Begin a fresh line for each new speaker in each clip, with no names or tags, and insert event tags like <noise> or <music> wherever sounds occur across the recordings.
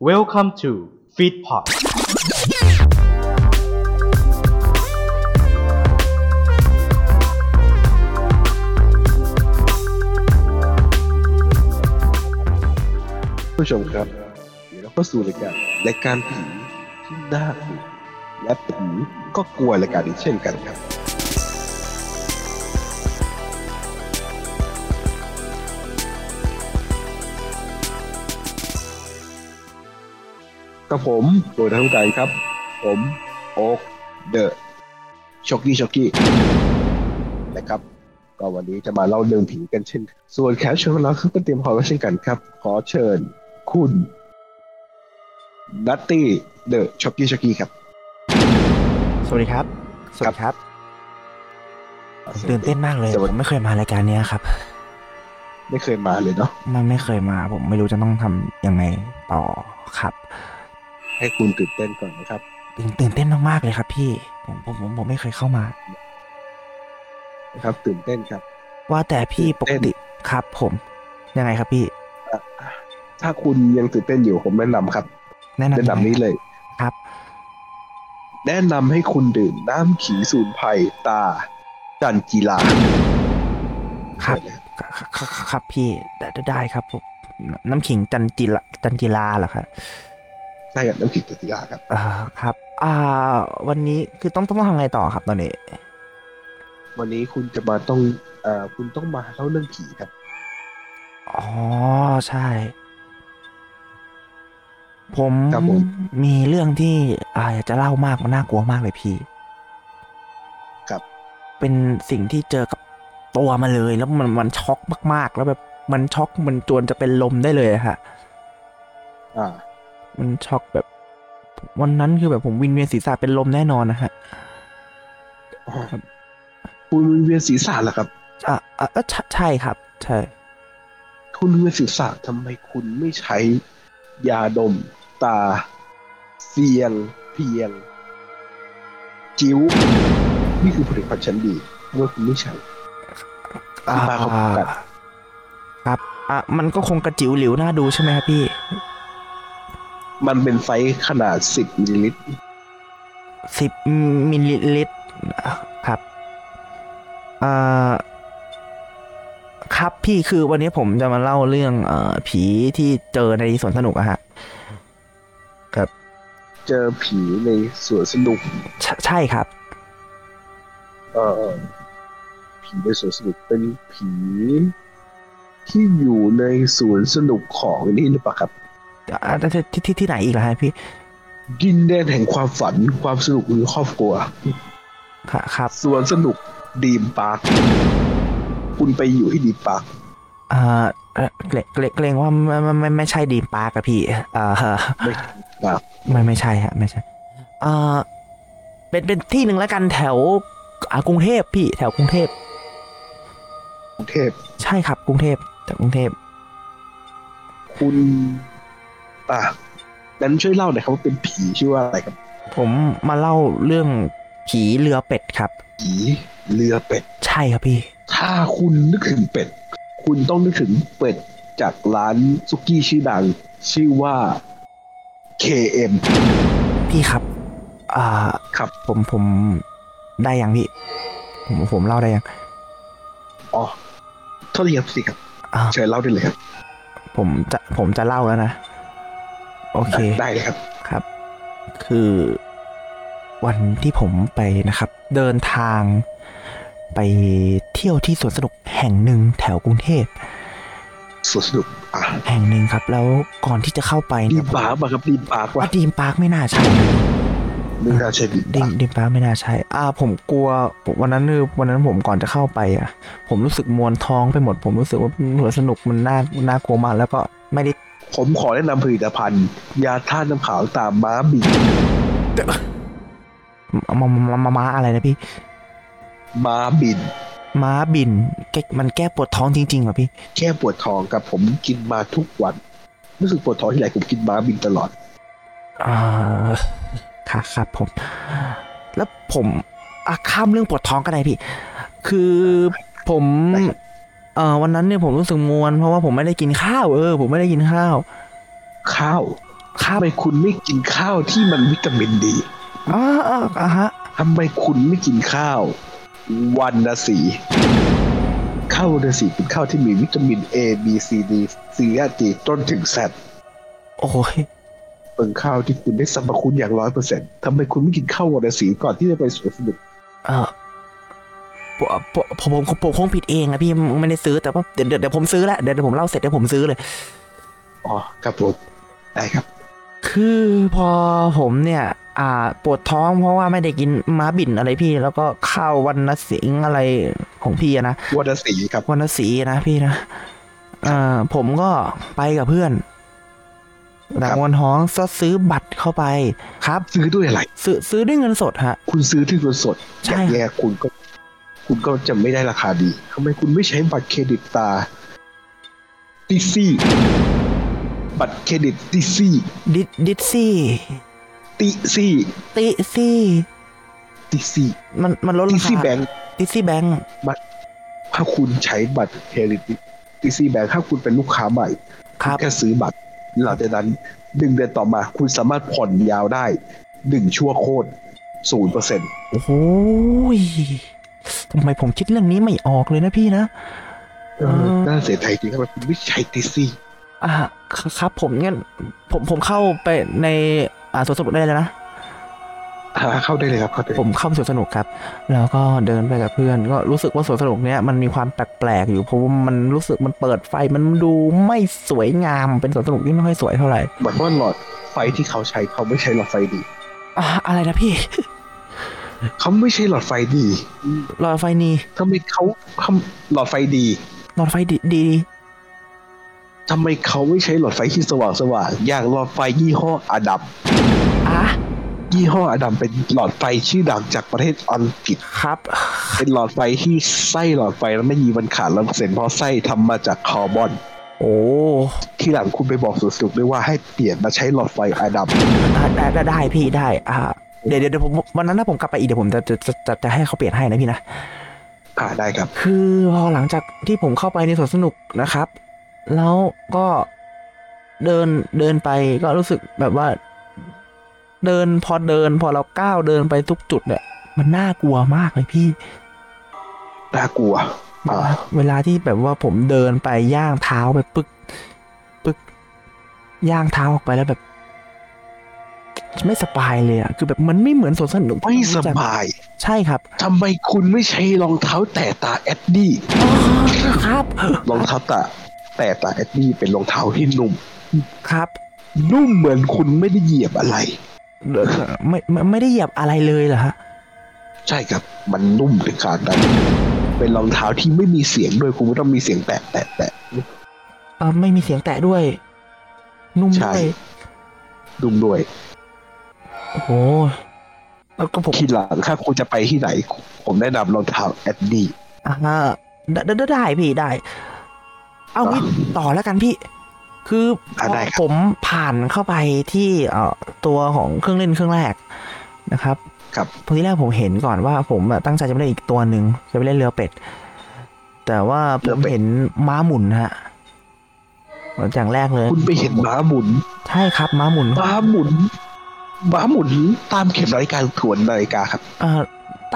Welcome to Feedpot
ผู้ชมครับเดี๋ยวเราเข้าสู่รายการรายการผีที่น่ากลัวและผีก็กลัวรายการนี้เช่นกันครับ กับผมโดยทั้งใจครับ ผมโอ๊กเดอะช็อกกี้ช็อกกี้นะครับ ก็วันนี้จะมาเล่าเรื่องผีกันเช่น ส่วนแขกเชิญของเราคือก็เตรียมพร้อมไว้เช่นกันครับ ขอเชิญคุณนัตตี้เดอะช็อกกี้ช็อกกี้ครับ
สวัสดีครับ สวัสดีครับ ตื่นเต้นมากเลย
สวัส
ผ
ดี
มไม่เคยมารายการเนี้ยครับ
ไม่เคยมาเลยเนาะ
มันไม่เคยมาผมไม่รู้จะต้องทำยังไงต่อครับ
ให้คุณตื่นเต้นก่อนนะครับ
ตื่นตื่นเต้นมากๆเลยครับ พี่ผมผมผมผมไม่เคยเข้ามา
นะครับ ตื่นเต้นครับ
ว่าแต่พี่
ตื่
ป
นเต้
ก
น
ติครับ ผมยังไงครับพี่
ถ้าคุณยังตื่นเต้นอยู่ผมแนะนำครับ
แนะนำ
แนะนำนี้เลย
ครับ
แนะนำให้คุณดื่มน้ำขีสูนไพรตา จันจีลา
ครับครับครับครับพี่ได้ได้ได้ครับผมน้ำน้ำขิงจันจิลาจันจิลาเหรอครับ
ใช่ครับน้ำขีจันจีลาครับ
เอ่อครับ อ่า วันนี้คือต้องต้องทำไงต่อครับตอนนี้
วันนี้คุณจะมาต้องเอ่อคุณต้องมาเล่าเรื่องผีครับ
อ๋อใช่ ผม
ครับผม
มีเรื่องที่อ่าอยากจะเล่ามากมันน่ากลัวมากเลยพี่
ครับ
เป็นสิ่งที่เจอกับตัวมาเลย แล้วมันมันช็อกมาก ๆ แล้วแบบมันช็อกมันจวนจะเป็นลมได้เลยอะฮะ
อ่า
มันช็อกแบบ วันนั้นคือแบบผมวิงเวียนศีรษะเป็นลมแน่นอนนะฮะ ครับ
คุณวิงเวียนศีรษะเหรอครับ
อ่ะอ่ะอ่ะใช่ใช่ครับ ใช่
คุณวิงเวียนศีรษะทำไมคุณไม่ใช้ยาดม ตา เสียง เพียง จิ้ว นี่คือผลิตภัณฑ์ชั้นดีเมื่อคุณไม่ใช้ ที่
อ่า
ปลาเขากัด
ครับอ่ะมันก็คงกระจิ๋วหลิวน่าดูใช่ไหมครับพี่
มันเป็นไซส์ขนาด 10มิลลิลิตร
สิบมิลลิลิตรอ่ะครับเอ่อครับพี่คือวันนี้ผมจะมาเล่าเรื่องเอ่อผีที่เจอในสวนสนุกอะฮะ
เจอผีในสวนสนุก
ใช่ใช่ครับ
เอ่อผีในสวนสนุกเป็นผี ที่อยู่ในสวนสนุกของนี่หรือเปล่าครับ
อ่ะที่ที่ที่ที่ไหนอีกล่ะฮะพี่
ดินแดนแห่งความฝันความสนุกหรือครอบครัว
ค่ะครับ
สวนสนุกดีมปาร์คคุณไปอยู่ที่ดีมปาร์ค
เอ่อเอ่อเกรงเกรงเกรงว่าไม่ไมไม่ไม่ใช่ดีมปาร์กอะพี่เอ่อ
ไม่ใช่ดีมปาร์ค
ไม่ไม่ใช่ฮะไม่ใช่เออเป็นเป็นที่หนึ่งแล้วกันแถวอ่ากรุงเทพพี่แถวกรุงเทพ
กรุงเทพ
ใช่ครับกรุงเทพแถวกรุงเทพ
คุณอ่ะนั้นช่วยเล่าหน่อยครับว่าเป็นผีชื่อว่าอะไรครับ
ผมมาเล่าเรื่องผีเรือเป็ดครับ
ผีเรือเป็ด
ใช่ครับพี่
ถ้าคุณนึกถึงเป็ด คุณต้องนึกถึงเป็ดจากร้านซุกี้ชื่อดัง ชื่อว่า KM
พี่ครับอ่า
ครับ
ผมผมได้ยังพี่ ผมผมเล่าได้ยัง
อ๋อโทษทีครับสิครับ
อ่า
เชิญเล่าได้เลยครับ
ผมจะผมจะเล่าแล้วนะ โอเค
ได้เลยครับ
ครับ คือวันที่ผมไปนะครับ เดินทางไปเที่ยวที่สวนสนุกแห่งหนึ่งแถวกรุงเทพ
สวนสนุกอ่ะ
แห่งหนึ่งครับ แล้วก่อนที่จะเข้าไป
ดี
เนี่
ม
ยผม
ปาร์คป่ะครับดีมปาร์ค
ว่า
ว่ะ
ดีมปาร์คไม่น่าใช่นะ
ไม่น่าใช่ดีม
ดี
ปาร์ค
มดีมปาร์คไม่น่าใช่ อ่า ผมกลัวผมวันนั้นคือวันนั้นผมก่อนจะเข้าไปอ่ะ ผมรู้สึกมวนท้องไปหมด ผมรู้สึกว่าสวนสนุกมันน่าน่ากลัวมากแล้วก็ไม่ได้
ผมขอแนะนำผลิตภัณฑ์ ยาท่าตุน้ำขาวตามม้าบี
มามามามามาอะไรนะพี่
ม้าบิน
ม้าบินแกมันแก้ปวดท้องจริงๆเหรอพี่
แค่ปวดท้องกับผมกินมาทุกวันรู้สึกปวดท้องที่ไหนผมกินม้าบินตลอด
อ่าค่ะครับผม แล้วผมอะข้ามเรื่องปวดท้องกันได้พี่ คือผม
ได้ครับ
เอ่อวันนั้นเนี่ยผมรู้สึกมวนเพราะว่าผมไม่ได้กินข้าวเออ ผมไม่ได้กินข้าว
ข้าว
ครับ
ทำไมคุณไม่กินข้าวที่มันวิตามินดี
อ๋ออ๋ออ่าฮะ
ทำไมคุณไม่กินข้าว วันละสีข้าววันละสีเป็นข้าวที่มีวิตามิน A B C D C E D จนถึง Z
โอ้ย
เป็นข้าวที่คุณได้สรรพคุณอย่างร้อยเปอร์เซ็นต์ทำไมคุณไม่กินข้าววันละสีก่อนที่จะไปสวนสนุก
เออผมผมผมผมคงผิดเองอะพี่ไม่ได้ซื้อแต่ว่าเดี๋ยวเดี๋ยวเดี๋ยวผมซื้อละเดี๋ยวเดี๋ยวผมเล่าเสร็จเดี๋ยวผมซื้อเลย
อ๋อครับผมได้ครับ
คือพอผมเนี่ย อ่า ปวดท้องเพราะว่าไม่ได้กินม้าบินอะไรพี่ แล้วก็ข้าววันละสิงอะไรของพี่อะนะ
วันละสีครับ
วันศรีนะพี่นะเอ่อผมก็ไปกับเพื่อนหลังวันท้องก็ซื้อบัตรเข้าไปครับ
ซื้อด้วยอะไร
ซื้อซื้อด้วยเงินสดฮะ
คุณซื้อที่เงินสดอ
ใช่
ย่างเงี้ยคุณก็ คุณก็จะไม่ได้ราคาดีทำไมคุณไม่ใช้บัตรเครดิตตาดิซี่ บัตรเครดิตดิซี่
ดิดดิดซี่
ดิซี่
ติซี่
ดิซี่
มันมันลด
ดิ
รา
ซี่
คา
แบงค์
ดิซี่แบงค์
บัตรถ้าคุณใช้บัตรเครดิตดิซี่แบงค์ถ้าคุณเป็นลูกค้าใหม่
ครับ
แค่ซื้อบัตรหลังจากนั้นหนึ่งเดือนต่อมา คุณสามารถผ่อนยาวได้หนึ่งชั่วโคตรศูนย์เปอร์เซ็นต์
โอ้โหยทำไมผมคิดเรื่องนี้ไม่ออกเลยนะพี่นะ อ
น่าเสียใจจริงทำไมคุณไม่ใช้ดิซี่
อ่าครับ ผมงั้นผมผมเข้าไปในอ่าสวนสนุกได้เลยนะ
หาเข้าได้เลยครับเข้าได้เลย
ผมเข้าสวนสนุกครับ แล้วก็เดินไปกับเพื่อน ก็รู้สึกว่าสวนสนุกเนี้ยมันมีความแปลกๆอยู่เพราะว่ามันรู้สึกมันเปิดไฟมันดูไม่สวยงามเป็นสวนสนุกที่ไม่ค่อยสวยเท่าไหร่
เหมือนว่าหลอดไฟที่เขาใช้เขาไม่ใช้หลอดไฟดี
อ่ะอะไรนะพี่
เขาไม่ใช่หลอดไฟดี
หลอดไฟนี่
ทำไมเขาทำหลอดไฟดี
หลอดไฟดีดี
ทำไมเขาไม่ใช้หลอดไฟที่สว่างสว่างๆอย่างหลอดไฟยี่ห้ออดัม
อ่ะ
ยี่ห้ออดัมเป็นหลอดไฟชื่อดังจากประเทศอังกฤษ
ครับ
เป็นหลอดไฟที่ไส้หลอดไฟแล้วไม่มีวันขาดร้อเปอร์เซ็นต์เพราะไส้ทำมาจากคาร์บอน
โอ้
ที่หลังคุณไปบอกสุดสุดด้วยว่าให้เปลี่ยนมาใช้หลอดไฟอดัม
อ่ะได้ได้ได้พี่ได้อ่ะเดี๋ยวเดี๋ยวเดี๋ยวผมวันนั้นถ้าผมกลับไปอีกเดี๋ยวผมจะจะจะจะจะให้เขาเปลี่ยนให้นะพี่นะ
อ่าได้ครับ
คือพอหลังจากที่ผมเข้าไปในสวนสนุกนะครับ แล้วก็เดินเดินไปก็รู้สึกแบบว่า เดินพอเดิน พอเราก้าวเดินไปทุกจุดเนี่ยมันน่ากลัวมากเลยพี่
น่ากลัวอ่า
เวลาที่แบบว่าผมเดินไปย่างเท้าไปปึกปึกย่างเท้าออกไปแล้วแบบ ไม่สบายเลยอะคือแบบมันไม่เหมือนสวนสนุก
ไม่สบาย
ใช่ครับ
ทำไมคุณไม่ใช้รองเท้าแตะตาแอดดี้
อ๋อครับ
รองเท้าแตะแตะตาแอดดี้เป็นรองเท้าที่นุ่ม
ครับ
นุ่มเหมือนคุณไม่ได้เหยียบอะไร
ไม่ไม่ไม่ได้เหยียบอะไรเลยเหรอฮะ
ใช่ครับ มันนุ่มถึงขนาดนั้นเป็นรองเท้าที่ไม่มีเสียงด้วยคุณไม่ต้องมีเสียงแตะแตะแตะ
เอ่อไม่มีเสียงแตะด้วย นุ่ม
ใช่
ด้วย
นุ่มด้วย
โอ้โหแล้วก็ผม
ทีหลังถ้าคุณจะไปที่ไหน ผมแนะนำรองเท้าแอดดี้
อ่าได้ได้ได้ได้พี่ได้ เอางี้ต่อแล้วกันพี่ คือพ
อ่ะ
อ
ได้ครับ
ผมผ่านเข้าไปที่เอ่อตัวของเครื่องเล่นเครื่องแรกนะครับ
ครับ
ตอนที่แรกผมเห็นก่อนว่าผมอะตั้งใจจะไปเล่นอีกตัวหนึ่งจะไปเล่นเรือเป็ด แต่ว่าผมเห็นม้าหมุนฮะอย่างแรกเลย
คุณไปเห็นม้าหมุน
ใช่ครับม้าหมุน
ม้าหมุนม้าหมุนตามเข็มนาฬิกาถวนนาฬิกาครับ
เอ่อ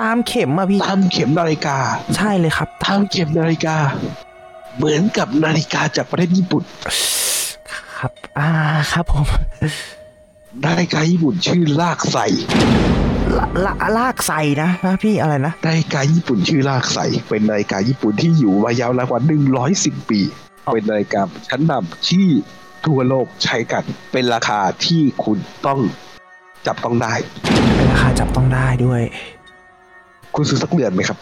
ตามเข็มอะพี่
ตามเข็มนาฬิกา
ใช่เลยครับ
ตามเข็มนาฬิกา เหมือนกับนาฬิกาจากประเทศญี่ปุ่น
ครับ อ่า ครับผม
นาฬิกาญี่ปุ่นชื่อลากใส
ละละลากใส่นะนะพี่อะไรนะ
นาฬิกาญี่ปุ่นชื่อลากใส เป็นนาฬิกาญี่ปุ่นที่อยู่มายาวนานกว่า 110 ปี เป็นนาฬิกาชั้นนำที่ทั่วโลกใช้กัน เป็นราคาที่คุณต้องจับต้องได้
เป็นราคาจับต้องได้ด้วย
คุณซื้อสักเดือนไหมครับ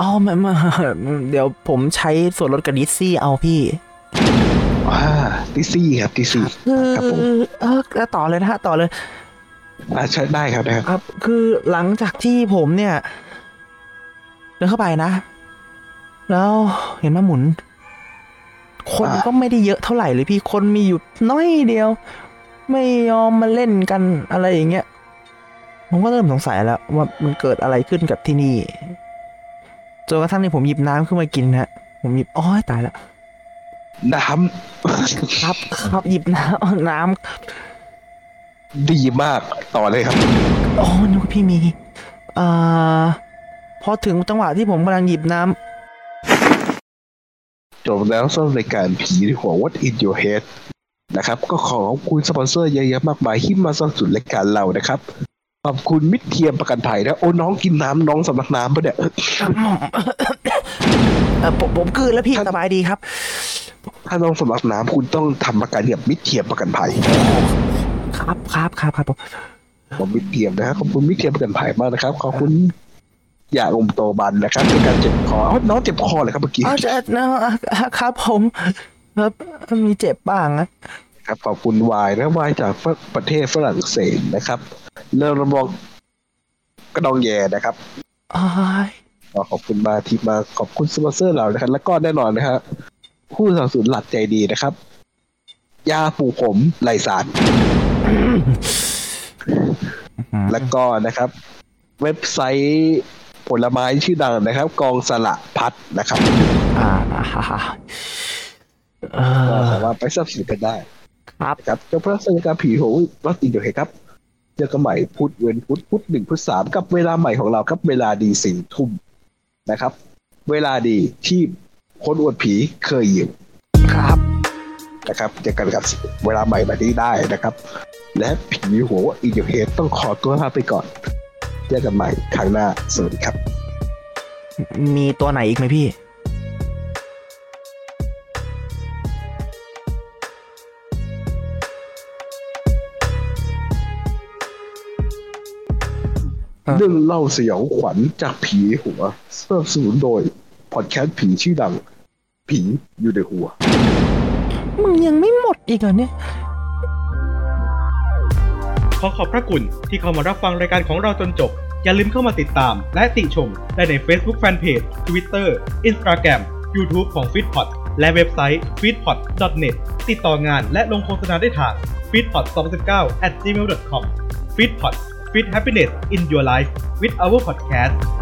อ๋อไม่ไม่เดี๋ยวผมใช้ส่วนลดกับดิสซี่เอาพี่
อ่าดิซี่ครับดิซี่
คือ
ครับผม
เออแล้วต่อเลยนะฮะต่อเลย
อ่าใช้ได้ครับนะครับ
ครับ คือหลังจากที่ผมเนี่ยเดินเข้าไปนะ แล้วเห็นมาหมุน คน
อ่า
ก็ไม่ได้เยอะเท่าไหร่เลยพี่คนมีอยู่น้อยเดียว ไม่ยอมมาเล่นกันอะไรอย่างเงี้ยผมก็เริ่มสงสัยแล้ว ว่ามันเกิดอะไรขึ้นกับที่นี่จนกระทั่งนี่ผมหยิบน้ำขึ้นมากินฮะ ผมหยิบอ้อยตายแล้ว
น้
<laughs> ครับครับหยิบน้ำ น้
<laughs> ดีมากต่อเลยครับ
อ๋อนึกว่าพี่มีเอ่อพอถึงจังหวะที่ผมกำลังหยิบน้
จบแล้วสำหรับรายการผีในหัว What in your head นะครับ ก็ขอขอบคุณสปอนเซอร์เยอะแยะมากมายที่มาสนับสนุนรายการเรานะครับ ขอบคุณมิตรเทียมประกันภัยนะโอ้น้องกินน้ำน้องสำลักน้ำปะเนี่ย
<coughs> ำเอ่อผมผมกลืนแล้วพี่
ท่าน
สบายดีครับ
ถ้าน้องสำลักน้ำคุณต้องทำประกันกับมิตรเทียมประกันภัย
ครับครับครับครับผม
ผมมิตรเทียมนะฮะขอบคุณมิตรเทียมประกันภัยมากนะครับขอบคุณยาอมโตบันนะครับในการเจ็บคอเอ้าน้องเจ็บคอเลยครับเมื่อกี้
อ๋อจะนะครับผมครับมีเจ็บบ้างนะ
ครับขอบคุณวายนะวายจากฝประเทศฝรั่งเศสนะครับเริ่มระบอกกระดองแยนะครับ
อ้าย
ขอขอบคุณมากที่มาขอบคุณสปอนเซอร์เรานะครับแล้วก็แน่นอนนะครับผู้สนับสนุนหลักใจดีนะครับ ยาปลูกผมไหลสารแล้วก็นะครับ เว็บไซต์ผลไม้ชื่อดังนะครับ กองสละพัดนะครับ
อ่าฮ่าฮ่าเอ
ก็
อ
สามารถไปสนับสนุนกันได้
ครับ
นะครับเจ้าพระสัญญาผีโหรัสอินเดียครับเจอกันใหม่พุธเว้นพุธพุธหนึ่งพุธสามกับเวลาใหม่ของเราครับ เวลาดีสี่ทุ่มนะครับ เวลาดีที่คนอวดผีเคยอยู่
ครับ
นะครับเจอกันกับเวลาใหม่แบบนี้ได้นะครับ และผีหัวอีเดียเฮดต้องขอตัวลาไปก่อนเจอกันใหม่ครั้งหน้า สวัสดีครับ
มีตัวไหนอีกไหมพี่
เรื่องเล่าสยองขวัญจากผีหัวสนับสนุนโดย พอดแคสต์ผีชื่อดัง ผีอยู่ในหัว
มึงยังไม่หมดอีกเหรอเนี่ย
ขอขอบพระคุณที่เข้ามารับฟังรายการของเราจนจบ อย่าลืมเข้ามาติดตาม และติชมได้ใน Facebook Fanpage Twitter Instagram YouTube ของ f e e d p o t และเว็บไซต์ f e e d p o t n e t ติดต่องานและลงโฆษณาได้ทาง f e e d p o t 2019 at gmail.com f e e d p o t f e e d happiness in your life with our podcast